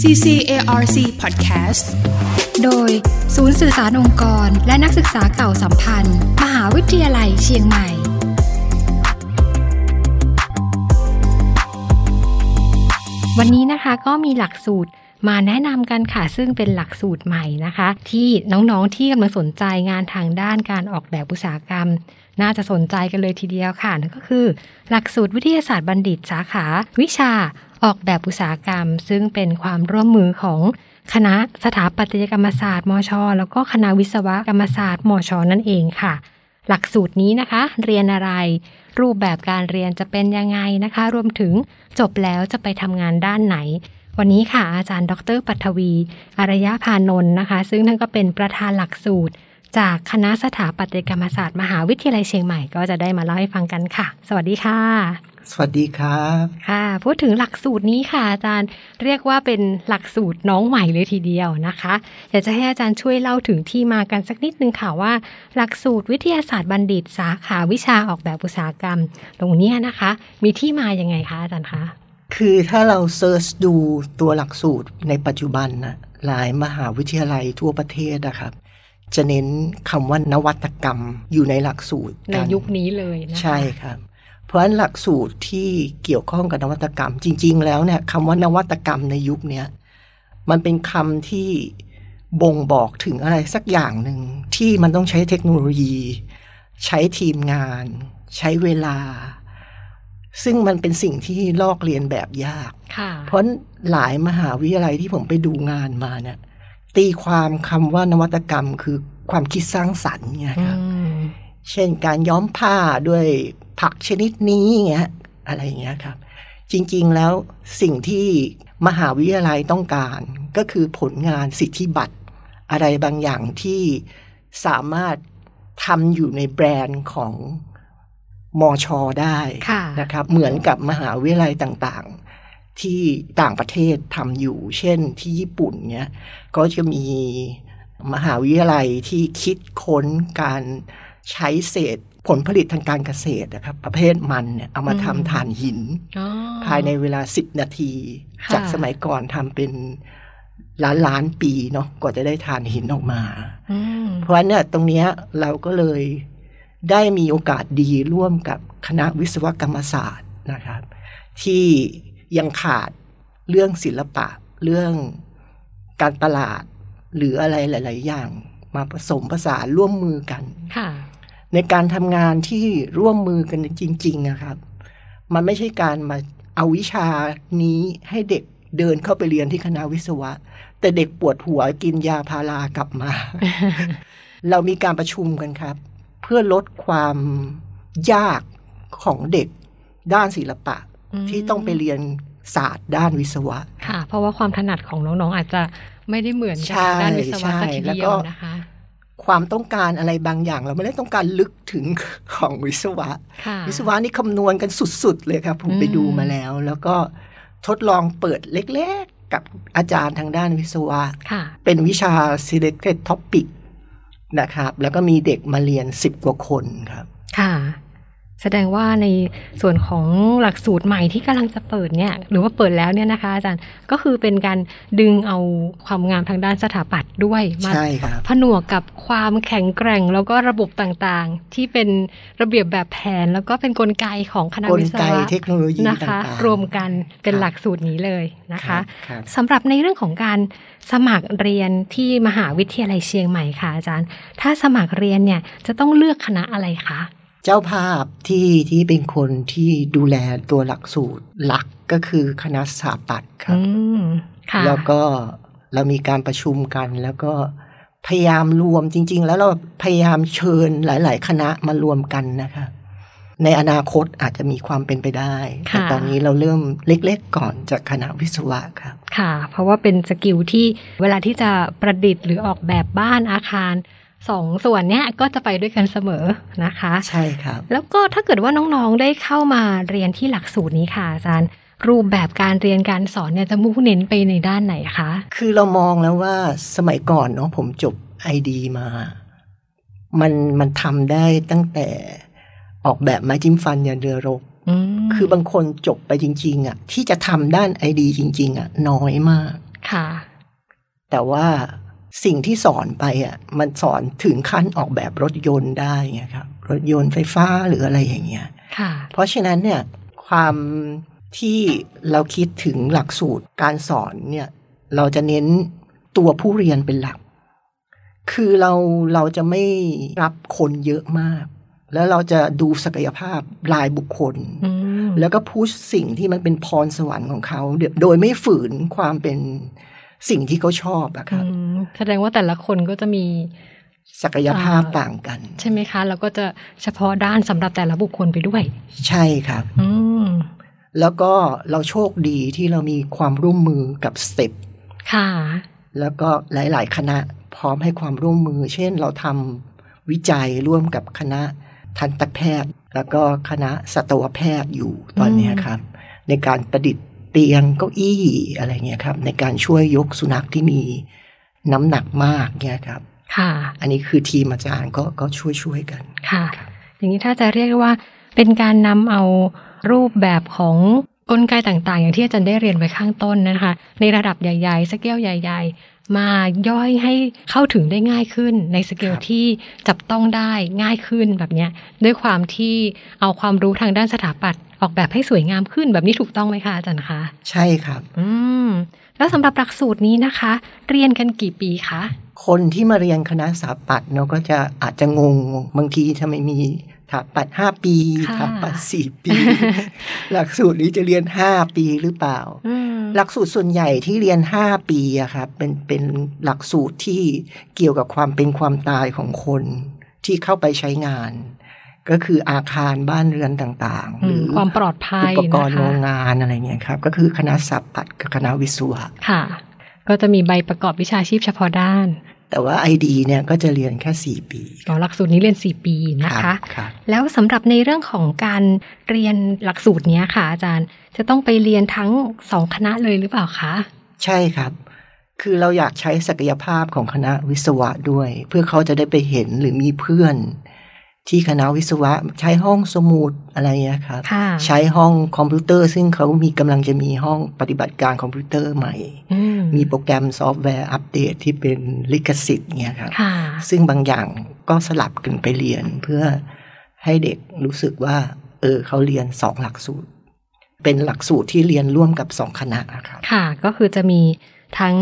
CCARC Podcast โดยศูนย์สื่อสารองค์กร และนักศึกษาเก่าสัมพันธ์ มหาวิทยาลัยเชียงใหม่ วันนี้นะคะก็มีหลักสูตรมาแนะนำกันค่ะ ซึ่งเป็นหลักสูตรใหม่นะคะ ที่น้องๆที่กำลังสนใจงานทางด้านการออกแบบอุตสาหกรรม น่าจะสนใจกันเลยทีเดียวค่ะนั่นก็คือ หลักสูตรวิทยาศาสตร์บัณฑิตสาขา วิชาออกแบบอุตสาหกรรม ซึ่งเป็นความร่วมมือของ คณะสถาปัตยกรรมศาสตร์มช แล้วก็คณะวิศวกรรมศาสตร์มช นั่นเองค่ะ หลักสูตรนี้นะคะ เรียนอะไร รูปแบบการเรียนจะเป็นยังไงนะคะ รวมถึงจบแล้วจะไปทำงานด้านไหน วันนี้ค่ะ อาจารย์ ดรปัทวี อารยาพานนท์นะคะ ซึ่งท่านก็เป็นประธานหลักสูตร จากคณะสถาปัตยกรรมศาสตร์มหาวิทยาลัยเชียงใหม่ก็จะได้มาเล่าให้ฟังกันค่ะ สวัสดีค่ะ สวัสดีครับ ค่ะพูดถึงหลักสูตรนี้ค่ะอาจารย์เรียกว่าเป็นหลักสูตรน้องใหม่เลยทีเดียวนะคะ อยากจะให้อาจารย์ช่วยเล่าถึงที่มากันสักนิดนึงค่ะว่า หลักสูตรวิทยาศาสตร์บัณฑิต สาขาวิชาออกแบบอุตสาหกรรม ตรงเนี้ยนะคะ มีที่มายังไงคะอาจารย์คะ คือถ้าเราเซิร์ชดูตัวหลักสูตรในปัจจุบันนะหลายมหาวิทยาลัยทั่วประเทศนะครับ จะเน้นคำว่านวัตกรรมอยู่ในหลักสูตร ใน กั ยุคนี้เลยนะคะ ใช่ครับ เพราะฉะนั้นหลักสูตรที่เกี่ยวข้องกับนวัตกรรม จริง ๆ แล้วเนี่ยคำว่านวัตกรรมในยุคเนี้ยมันเป็นคำที่บ่งบอกถึงอะไรสักอย่างหนึ่งที่มันต้องใช้เทคโนโลยี ใช้ทีมงาน ใช้เวลา ซึ่งมันเป็นสิ่งที่ลอกเลียนแบบยาก ค่ะ เพราะหลายมหาวิทยาลัยที่ผมไปดูงานมาเนี่ยตีความคำว่านวัตกรรมคือความคิดสร้างสรรค์ไง อื ครับ ม เช่นการย้อมผ้าด้วยผักชนิดนี้เงี้ยอะไรอย่างเงี้ยครับ จริงๆแล้วสิ่งที่มหาวิทยาลัยต้องการ ก็คือผลงานสิทธิบัตร อะไรบางอย่างที่สามารถทำอยู่ในแบรนด์ของมอชอได้ ค่ะ นะครับ เหมือนกับมหาวิทยาลัยต่างๆ ที่ต่างประเทศทำอยู่ เช่นที่ญี่ปุ่นเนี้ย ก็จะมีมหาวิทยาลัยที่คิดค้นการใช้เศษผลผลิตทางการเกษตรนะครับ ประเภทมันเนี่ยเอามาทำถ่านหิน อ๋อ ภายในเวลา 10 นาที ค่ะ จากสมัยก่อนทำเป็นล้านล้านๆปีเนาะกว่าจะได้ถ่านหินออกมา อืม เพราะฉะนั้นเนี่ยตรงเนี้ยเราก็เลยได้มีโอกาสดีร่วมกับคณะวิศวกรรมศาสตร์นะครับ ที่ยังขาดเรื่องศิลปะ เรื่องการตลาด หรืออะไรหลาย ๆ อย่างมาผสมผสานร่วมมือกัน ค่ะ ในการทำงานที่ร่วมมือกันจริง ๆ นะครับ มันไม่ใช่การมาเอาวิชานี้ให้เด็กเดินเข้าไปเรียนที่คณะวิศวะ แต่เด็กปวดหัวกินยาพารากลับมา เรามีการประชุมกันครับ เพื่อลดความยากของเด็กด้านศิลปะ ม ที่ต้องไปเรียนศาสตร์ด้านวิศวะ ค่ะ เพราะว่าความถนัดของน้องๆ อาจจะไม่ได้เหมือนกั ใช่ นด้านวิศวะสักที ใช่แล้ว เดีย ก็ วนะคะ ความต้องการอะไรบางอย่าง เราไม่ได้ต้องการลึกถึงของวิศวะ ค่ะ วิศวะนี่คำนวณกันสุด ๆ เลยครับ ผม อืม ไปดูมาแล้ว แล้วก็ทดลองเปิดเล็ก ๆ กับอาจารย์ทางด้านวิศวะ ค่ะ เป็นวิชา selected topic นะครับ แล้วก็มีเด็กมาเรียน 10 กว่าคนครับ ค่ะ แสดงว่าในส่วนของหลักสูตรใหม่ที่กำลังจะเปิดเนี่ยหรือว่าเปิดแล้วเนี่ยนะคะ อาจารย์ก็คือเป็นการดึงเอาความงามทางด้านสถาปัตย์ด้วยมา ใช่ครับ ผนวกกับความแข็งแกร่งแล้วก็ระบบต่างๆ ที่เป็นระเบียบแบบแผน แล้วก็เป็นกลไกของคณะ กล วิศ ไก วะ เทคโนโลยี นะ ต่า คะ งๆ รวมกันเป็น รับ หลักสูตรนี้เลยนะ รั คะ บครับ สำหรับในเรื่องของการสมัครเรียนที่มหาวิทยาลัยเชียงใหม่ค่ะอาจารย์ ถ้าสมัครเรียนเนี่ยจะต้องเลือกคณะอะไรคะ เจ้าภาพที่ที่เป็นคนที่ดูแลตัวหลักสูตรหลักก็คือคณะสถาปัตย์ครับ อืม ค่ะ แล้วก็เรามีการประชุมกัน แล้วก็พยายามรวมจริง ๆ แล้วเราพยายามเชิญหลาย ๆ คณะมารวมกันนะคะ ในอนาคตอาจจะมีความเป็นไปได้ แต่ตอนนี้เราเริ่มเล็ก ๆ ก่อนจากคณะวิศวะครับ ค่ะ เพราะว่าเป็นสกิลที่เวลาที่จะประดิษฐ์หรือออกแบบบ้านอาคารสองส่วนเนี่ยก็จะไปด้วยกันเสมอนะคะ ใช่ครับ แล้วก็ถ้าเกิดว่าน้องๆได้เข้ามาเรียนที่หลักสูตรนี้ค่ะอาจารย์ รูปแบบการเรียนการสอนเนี่ยจะมุ่งเน้นไปในด้านไหนคะ คือเรามองแล้วว่าสมัยก่อนเนาะผมจบไอดีมา มันมันทำได้ตั้งแต่ออกแบบไม้จิ้มฟันยันเรือรบ อืม คือบางคนจบไปจริง ๆ อ่ะ ที่จะทำด้านไอดีจริง ๆ อ่ะ น้อยมาก ค่ะ แต่ว่าสิ่งที่สอนไปอ่ะมันสอนถึงขั้นออกแบบรถยนต์ได้ไงครับรถยนต์ไฟฟ้าหรืออะไรอย่างเงี้ย ค่ะ เพราะฉะนั้นเนี่ยความที่เราคิดถึงหลักสูตรการสอนเนี่ยเราจะเน้นตัวผู้เรียนเป็นหลัก คือเราเราจะไม่รับคนเยอะมาก แล้วเราจะดูศักยภาพรายบุคคล อืม แล้วก็พุชสิ่งที่มันเป็นพรสวรรค์ของเขาเดี๋ยวโดยไม่ฝืนความเป็นสิ่งที่เขาชอบอะค อื รับ มแสดงว่าแต่ละคนก็จะมี ศักยภาพ อ่า ต่างกัน ใช่ไหมคะ แล้วก็จะเฉพาะด้านสำหรับแต่ละบุคคลไปด้วย ใช่ครับ อืม แล้วก็เราโชคดีที่เรามีความร่วมมือกับสเต็ป ค่ะ แล้วก็หลาย ๆ คณะพร้อมให้ความร่วมมือ เช่นเราทำวิจัยร่วมกับคณะทันตแพทย์ แล้วก็คณะสัตวแพทย์อยู่ตอนเนี้ยครับ ในการประดิษฐ์เตียงเก้าอี้อะไรเงี้ยครับ ในการช่วยยกสุนัขที่มีน้ำหนักมากเนี่ยครับ ค่ะ อันนี้คือทีมอาจารย์ก็ก็ช่วยช่วยๆกัน ค่ะ ครับ อย่างนี้ถ้าจะเรียกว่าเป็นการนำเอารูปแบบของกลไกต่างๆ อย่างที่อาจารย์ได้เรียนไปข้างต้นนะคะ ในระดับใหญ่ๆ สเกลใหญ่ ๆ มาย่อยให้เข้าถึงได้ง่ายขึ้น ในสเกลที่จับต้องได้ง่ายขึ้นแบบเนี้ย ด้วยความที่เอาความรู้ทางด้านสถาปัตย์ออกแบบให้สวยงามขึ้นแบบนี้ถูกต้องไหมคะอาจารย์คะ ใช่ครับ อืม แล้วสำหรับหลักสูตรนี้นะคะ เรียนกันกี่ปีคะ คนที่มาเรียนคณะสถาปัตย์เนาะก็จะอาจจะงงบางทีทำไมมีสถาปัตย์ห้าปีสถาปัตย์สี่ปี หลักสูตรนี้จะเรียนห้าปีหรือเปล่า อืม หลักสูตรส่วนใหญ่ที่เรียนห้าปีอะครับเป็นเป็นหลักสูตรที่เกี่ยวกับความเป็นความตายของคนที่เข้าไปใช้งาน ก็คืออาคารบ้านเรือนต่างๆ อื หรื ม อ ความปลอดภั อุ ย ปกร นะ ณ์ คะ โรงงานอะไรเงี้ยครับ ก็คือคณะสถาปัตย์กับคณะวิศวะ ค่ะ ก็จะมีใบประกอบวิชาชีพเฉพาะด้าน แต่ว่าไอดีเนี่ยก็จะเรียนแค่สี่ปี อ๋อหลักสูตรนี้เรียน 4 ปีนะ รั คะ บครับ แล้วสำหรับในเรื่องของการเรียนหลักสูตรเนี้ยค่ะ อาจารย์ จะต้องไปเรียนทั้ง 2 คณะเลยหรือเปล่าคะ ใช่ครับ คือเราอยากใช้ศักยภาพของคณะวิศวะด้วย เพื่อเขาจะได้ไปเห็นหรือมีเพื่อน ที่คณะวิศวะใช้ห้องสมุดอะไรเงี้ยครับ ค่ะ ใช้ห้องคอมพิวเตอร์ ซึ่งเขามีกำลังจะมีห้องปฏิบัติการคอมพิวเตอร์ใหม่ อืม มีโปรแกรมซอฟต์แวร์อัปเดตที่เป็นลิขสิทธิ์เงี้ยครับ ค่ะ ซึ่งบางอย่างก็สลับกันไปเรียนเพื่อให้เด็กรู้สึกว่า เออเขาเรียนสองหลักสูตร เป็นหลักสูตรที่เรียนร่วมกับสองคณะนะครับ ค่ะ ก็คือจะมีทั้ง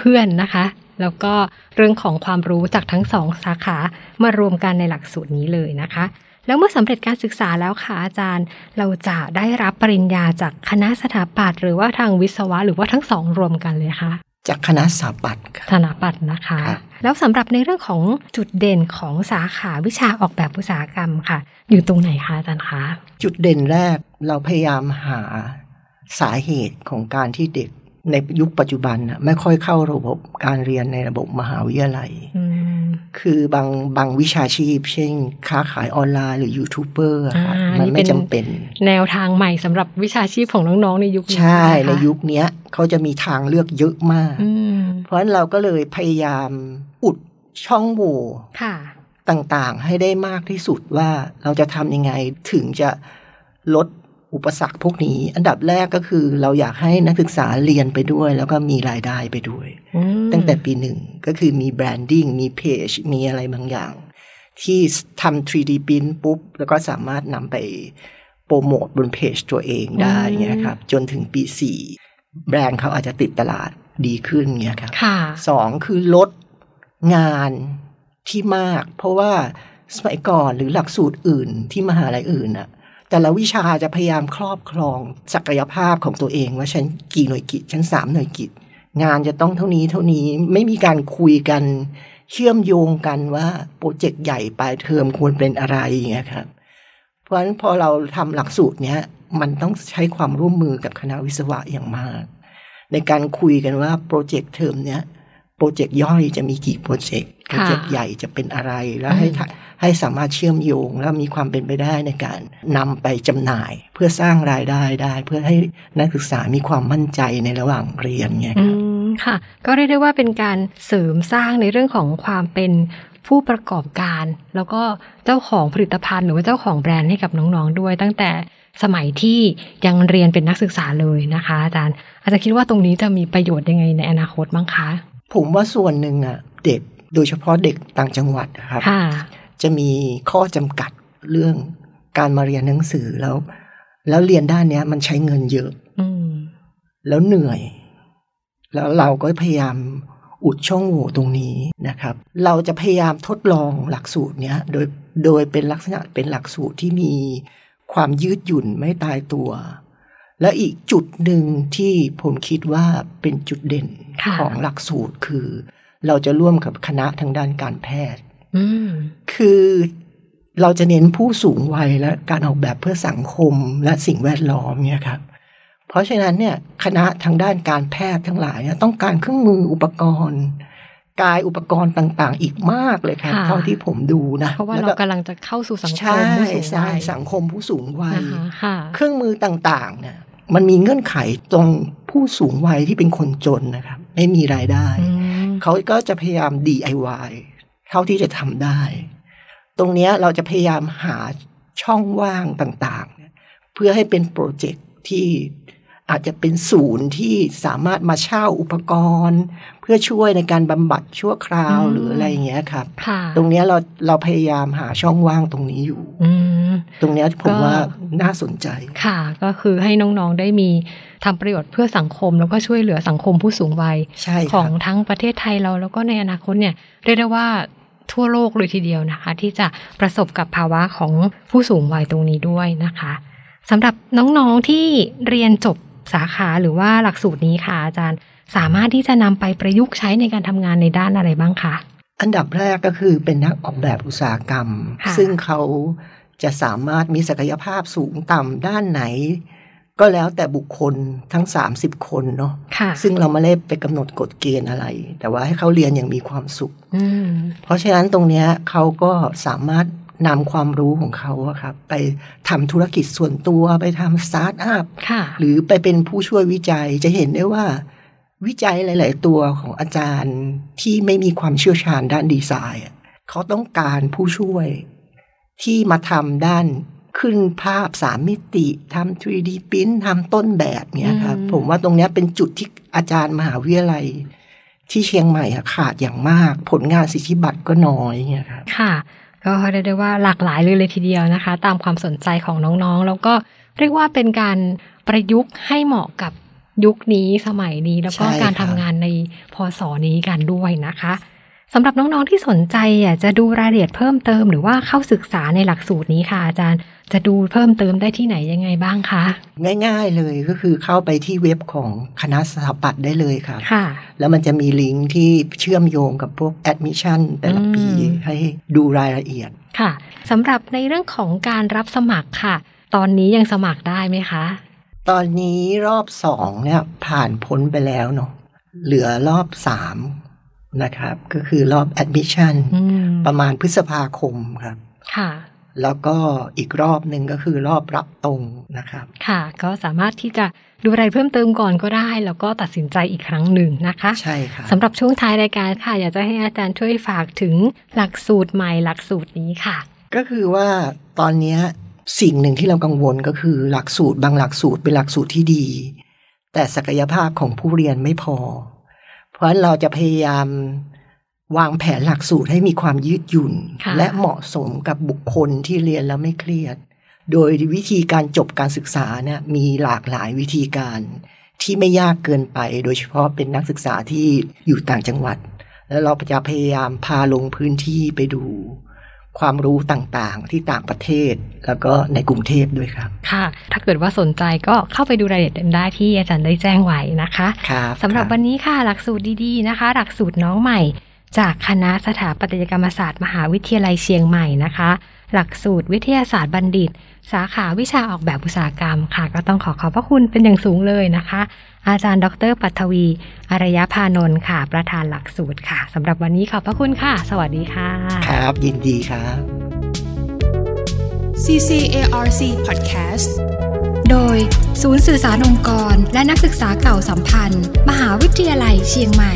เพื่อนๆนะคะ แล้วก็เรื่องของความรู้จากทั้งสองสาขามารวมกันในหลักสูตรนี้เลยนะคะ แล้วเมื่อสำเร็จการศึกษาแล้วค่ะอาจารย์ เราจะได้รับปริญญาจากคณะสถาปัตย์หรือว่าทางวิศวะหรือว่าทั้งสองรวมกันเลยคะ จากคณะสถาปัตย์ครับ สถาปัตย์นะคะ ครับ แล้วสำหรับในเรื่องของจุดเด่นของสาขาวิชาออกแบบอุตสาหกรรมค่ะ อยู่ตรงไหนคะอาจารย์คะ จุดเด่นแรกเราพยายามหาสาเหตุของการที่เด็กในยุคปัจจุบันน่ะไม่ค่อยเข้าระบบการเรียนในระบบมหาวิทยาลัย อืม คือบางบางวิชาชีพ เช่น ค้าขายออนไลน์หรือยูทูบเบอร์อะครับ อ่า มัน นี่เป็ ไม่ น จำเป็น แนวทางใหม่สำหรับวิชาชีพของน้องๆในยุคนี้ ใช่ ะคะ ในยุคเนี้ยเขาจะมีทางเลือกเยอะมาก อืม เพราะฉะนั้นเราก็เลยพยายามอุดช่องโหว่ ค่ะ ต่างๆ ให้ได้มากที่สุดว่าเราจะทำยังไงถึงจะลดอุปสรรคพวกนี้ อันดับแรกก็คือเราอยากให้นักศึกษาเรียนไปด้วย แล้วก็มีรายได้ไปด้วย อืม ตั้งแต่ปีหนึ่งก็คือมีแบรนดิ้งมีเพจมีอะไรบางอย่าง ที่ทำ 3D print ปุ๊บ แล้วก็สามารถนำไปโปรโมทบนเพจตัวเองได้เงี้ยครับ จนถึงปี 4 แบรนด์เขาอาจจะติดตลาดดีขึ้นเงี้ยครับ ค่ะ สองคือลดงานที่มาก เพราะว่าสมัยก่อนหรือหลักสูตรอื่นที่มหาลัยอื่นอะแต่ละวิชาจะพยายามครอบครองศักยภาพของตัวเองว่าฉันกี่หน่วยกิจฉันสามหน่วยกิจ งานจะต้องเท่านี้เท่านี้ไม่มีการคุยกันเชื่อมโยงกันว่าโปรเจกต์ใหญ่ปลายเทอมควรเป็นอะไรอย่างเงี้ยครับ เพราะฉะนั้นพอเราทำหลักสูตรเนี้ยมันต้องใช้ความร่วมมือกับคณะวิศวะอย่างมาก ในการคุยกันว่าโปรเจกต์เทอมเนี้ยโปรเจกต์ย่อยจะมีกี่โปรเจกต์โปรเจกต์ ค่ะ ใหญ่จะเป็นอะไรแล้วให้ อืม ทะให้สามารถเชื่อมโยงและมีความเป็นไปได้ในการนำไปจำหน่าย เพื่อสร้างรายได้ได้ เพื่อให้นักศึกษามีความมั่นใจในระหว่างเรียนไง อื ครับ มค่ะ ก็เรียกได้ว่าเป็นการเสริมสร้างในเรื่องของความเป็นผู้ประกอบการ แล้วก็เจ้าของผลิตภัณฑ์หรือว่าเจ้าของแบรนด์ให้กับน้องๆด้วย ตั้งแต่สมัยที่ยังเรียนเป็นนักศึกษาเลยนะคะ อาจารย์ อาจารย์คิดว่าตรงนี้จะมีประโยชน์ยังไงในอนาคตบ้างคะ ผมว่าส่วนหนึ่งอ่ะเด็กโดยเฉพาะเด็กต่างจังหวัดนะครับ ค่ะ จะมีข้อจำกัดเรื่องการมาเรียนหนังสือแล้ว แล้วเรียนด้านเนี้ยมันใช้เงินเยอะ อืม แล้วเหนื่อย แล้วเราก็พยายามอุดช่องโหว่ตรงนี้นะครับ เราจะพยายามทดลองหลักสูตรเนี้ยโดยโดยเป็นลักษณะเป็นหลักสูตรที่มีความยืดหยุ่นไม่ตายตัว และอีกจุดหนึ่งที่ผมคิดว่าเป็นจุดเด่นของหลักสูตรคือ เราจะร่วมกับคณะทางด้านการแพทย์ อืม คือเราจะเน้นผู้สูงวัยและการออกแบบเพื่อสังคมและสิ่งแวดล้อมเนี่ยครับ เพราะฉะนั้นเนี่ยคณะทางด้านการแพทย์ทั้งหลายเนี่ยต้องการเครื่องมืออุปกรณ์ กายอุปกรณ์ต่างๆ อีกมากเลยครับเท่าที่ผมดูนะ เพราะว่า แล้ว เรากำลังจะเข้าสู่สังค ใช่ มผู้สูง ใช่ วัย สังคมผู้สูงวัย นะคะค่ะ เครื่องมือต่างๆเนี่ยมันมีเงื่อนไขตรงผู้สูงวัยที่เป็นคนจนนะครับ ไม่มีรายได้ อืม เขาก็จะพยายาม DIY เท่าที่จะทำได้ ตรงเนี้ยเราจะพยายามหาช่องว่างต่างๆเนี่ยเพื่อให้เป็นโปรเจกต์ที่อาจจะเป็นศูนย์ที่สามารถมาเช่าอุปกรณ์ เพื่อช่วยในการบำบัดชั่วคราว อืม หรืออะไรอย่างเงี้ยครับ ค่ะ ตรงเนี้ยเราเราพยายามหาช่องว่างตรงนี้อยู่ อืม ตรงเนี้ยผม ก็ ว่าน่าสนใจ ค่ะก็คือให้น้องๆได้มีทำประโยชน์เพื่อสังคม แล้วก็ช่วยเหลือสังคมผู้สูงวัย ใช่ ข ค อ รั ง บ ทั้งประเทศไทยเราแล้วก็ในอนาคตเนี่ยเรียกได้ว่าทั่วโลกเลยทีเดียวนะคะ ที่จะประสบกับภาวะของผู้สูงวัยตรงนี้ด้วยนะคะสำหรับน้องๆที่เรียนจบสาขาหรือว่าหลักสูตรนี้ค่ะอาจารย์สามารถที่จะนำไปประยุกต์ใช้ในการทำงานในด้านอะไรบ้างคะ อันดับแรกก็คือเป็นนักออกแบบอุตสาหกรรม ค่ะ ซึ่งเขาจะสามารถมีศักยภาพสูงต่ำด้านไหน ก็แล้วแต่บุคคลทั้ง 30 คนเนาะ ค่ะ ซึ่งเราไม่ได้ไปกำหนดกฎเกณฑ์อะไร แต่ว่าให้เขาเรียนอย่างมีความสุข อืม เพราะฉะนั้นตรงเนี้ยเขาก็สามารถนำความรู้ของเขาอะครับไปทำธุรกิจส่วนตัวไปทำสตาร์ทอัพ ค่ะ หรือไปเป็นผู้ช่วยวิจัยจะเห็นได้ว่า วิจัยหลาย ๆ ตัวของอาจารย์ที่ไม่มีความเชี่ยวชาญด้านดีไซน์อะเขาต้องการผู้ช่วย ที่มาทำด้านขึ้นภาพสามมิติทำ 3D print ทำต้นแบบเนี่ยครับ อืม ผมว่าตรงเนี้ยเป็นจุดที่อาจารย์มหาวิทยาลัย ที่เชียงใหม่อะขาดอย่างมาก ผลงานสิทธิบัตรก็น้อยเนี่ยครับ ค่ะ ก็เรียกได้ว่าหลากหลายเลยเลยทีเดียวนะคะ ตามความสนใจของน้องๆ แล้วก็เรียกว่าเป็นการประยุกต์ให้เหมาะกับยุคนี้สมัยนี้แล้วก็ ใช่ครับ การทำงานในพศนี้กันด้วยนะคะสำหรับน้องๆที่สนใจอยากจะดูรายละเอียดเพิ่มเติมหรือว่าเข้าศึกษาในหลักสูตรนี้ค่ะอาจารย์ จะดูเพิ่มเติมได้ที่ไหนยังไงบ้างคะ ง่าย ๆ เลยก็คือเข้าไปที่เว็บของคณะสถาปัตย์ได้เลยครับ ค่ะ แล้วมันจะมีลิงก์ที่เชื่อมโยงกับพวกแอดมิชชั่นแต่ละปี อืม ให้ดูรายละเอียด ค่ะสำหรับในเรื่องของการรับสมัครค่ะ ตอนนี้ยังสมัครได้ไหมคะ ตอนนี้รอบสองเนี่ยผ่านพ้นไปแล้วเนาะเหลือรอบสามนะครับ ก็คือรอบแอดมิชชั่น อืม ประมาณพฤษภาคมครับ ค่ะ แล้วก็อีกรอบหนึ่งก็คือรอบรับตรงนะครับ ค่ะ ก็สามารถที่จะดูรายเพิ่มเติมก่อนก็ได้ แล้วก็ตัดสินใจอีกครั้งหนึ่งนะคะ ใช่ครับ สำหรับช่วงท้ายรายการค่ะ อยากจะให้อาจารย์ช่วยฝากถึงหลักสูตรใหม่หลักสูตรนี้ค่ะ ก็คือว่าตอนเนี้ยสิ่งหนึ่งที่เรากังวลก็คือหลักสูตรบางหลักสูตรเป็นหลักสูตรที่ดี แต่ศักยภาพของผู้เรียนไม่พอ เพราะฉะนั้นเราจะพยายามวางแผนหลักสูตรให้มีความยืดหยุ่น ค่ะ และเหมาะสมกับบุคคลที่เรียนแล้วไม่เครียด โดยวิธีการจบการศึกษาเนี่ยมีหลากหลายวิธีการที่ไม่ยากเกินไป โดยเฉพาะเป็นนักศึกษาที่อยู่ต่างจังหวัด แล้วเราจะพยายามพาลงพื้นที่ไปดู ความรู้ต่างๆที่ต่างประเทศ แล้วก็ในกรุงเทพด้วยครับ ค่ะ ถ้าเกิดว่าสนใจก็เข้าไปดูรายละเอียดได้ที่อาจารย์ได้แจ้งไว้นะคะ ครับ สำหรับวันนี้ค่ะหลักสูตรดีๆนะคะ หลักสูตรน้องใหม่ จากคณะสถาปัตยกรรมศาสตร์มหาวิทยาลัยเชียงใหม่นะคะ หลักสูตรวิทยาศาสตร์บัณฑิต สาขาวิชาออกแบบอุตสาหกรรมค่ะ ก็ต้องขอขอบพระคุณเป็นอย่างสูงเลยนะคะ อาจารย์ดรปัทวี อารยพานนท์ค่ะ ประธานหลักสูตรค่ะสำหรับวันนี้ขอบพระคุณค่ะ สวัสดีค่ะ ครับ ยินดีครับ CCARC Podcast โดย ศูนย์สื่อสารองค์กร และนักศึกษาเก่าสัมพันธ์ มหาวิทยาลัยเชียงใหม่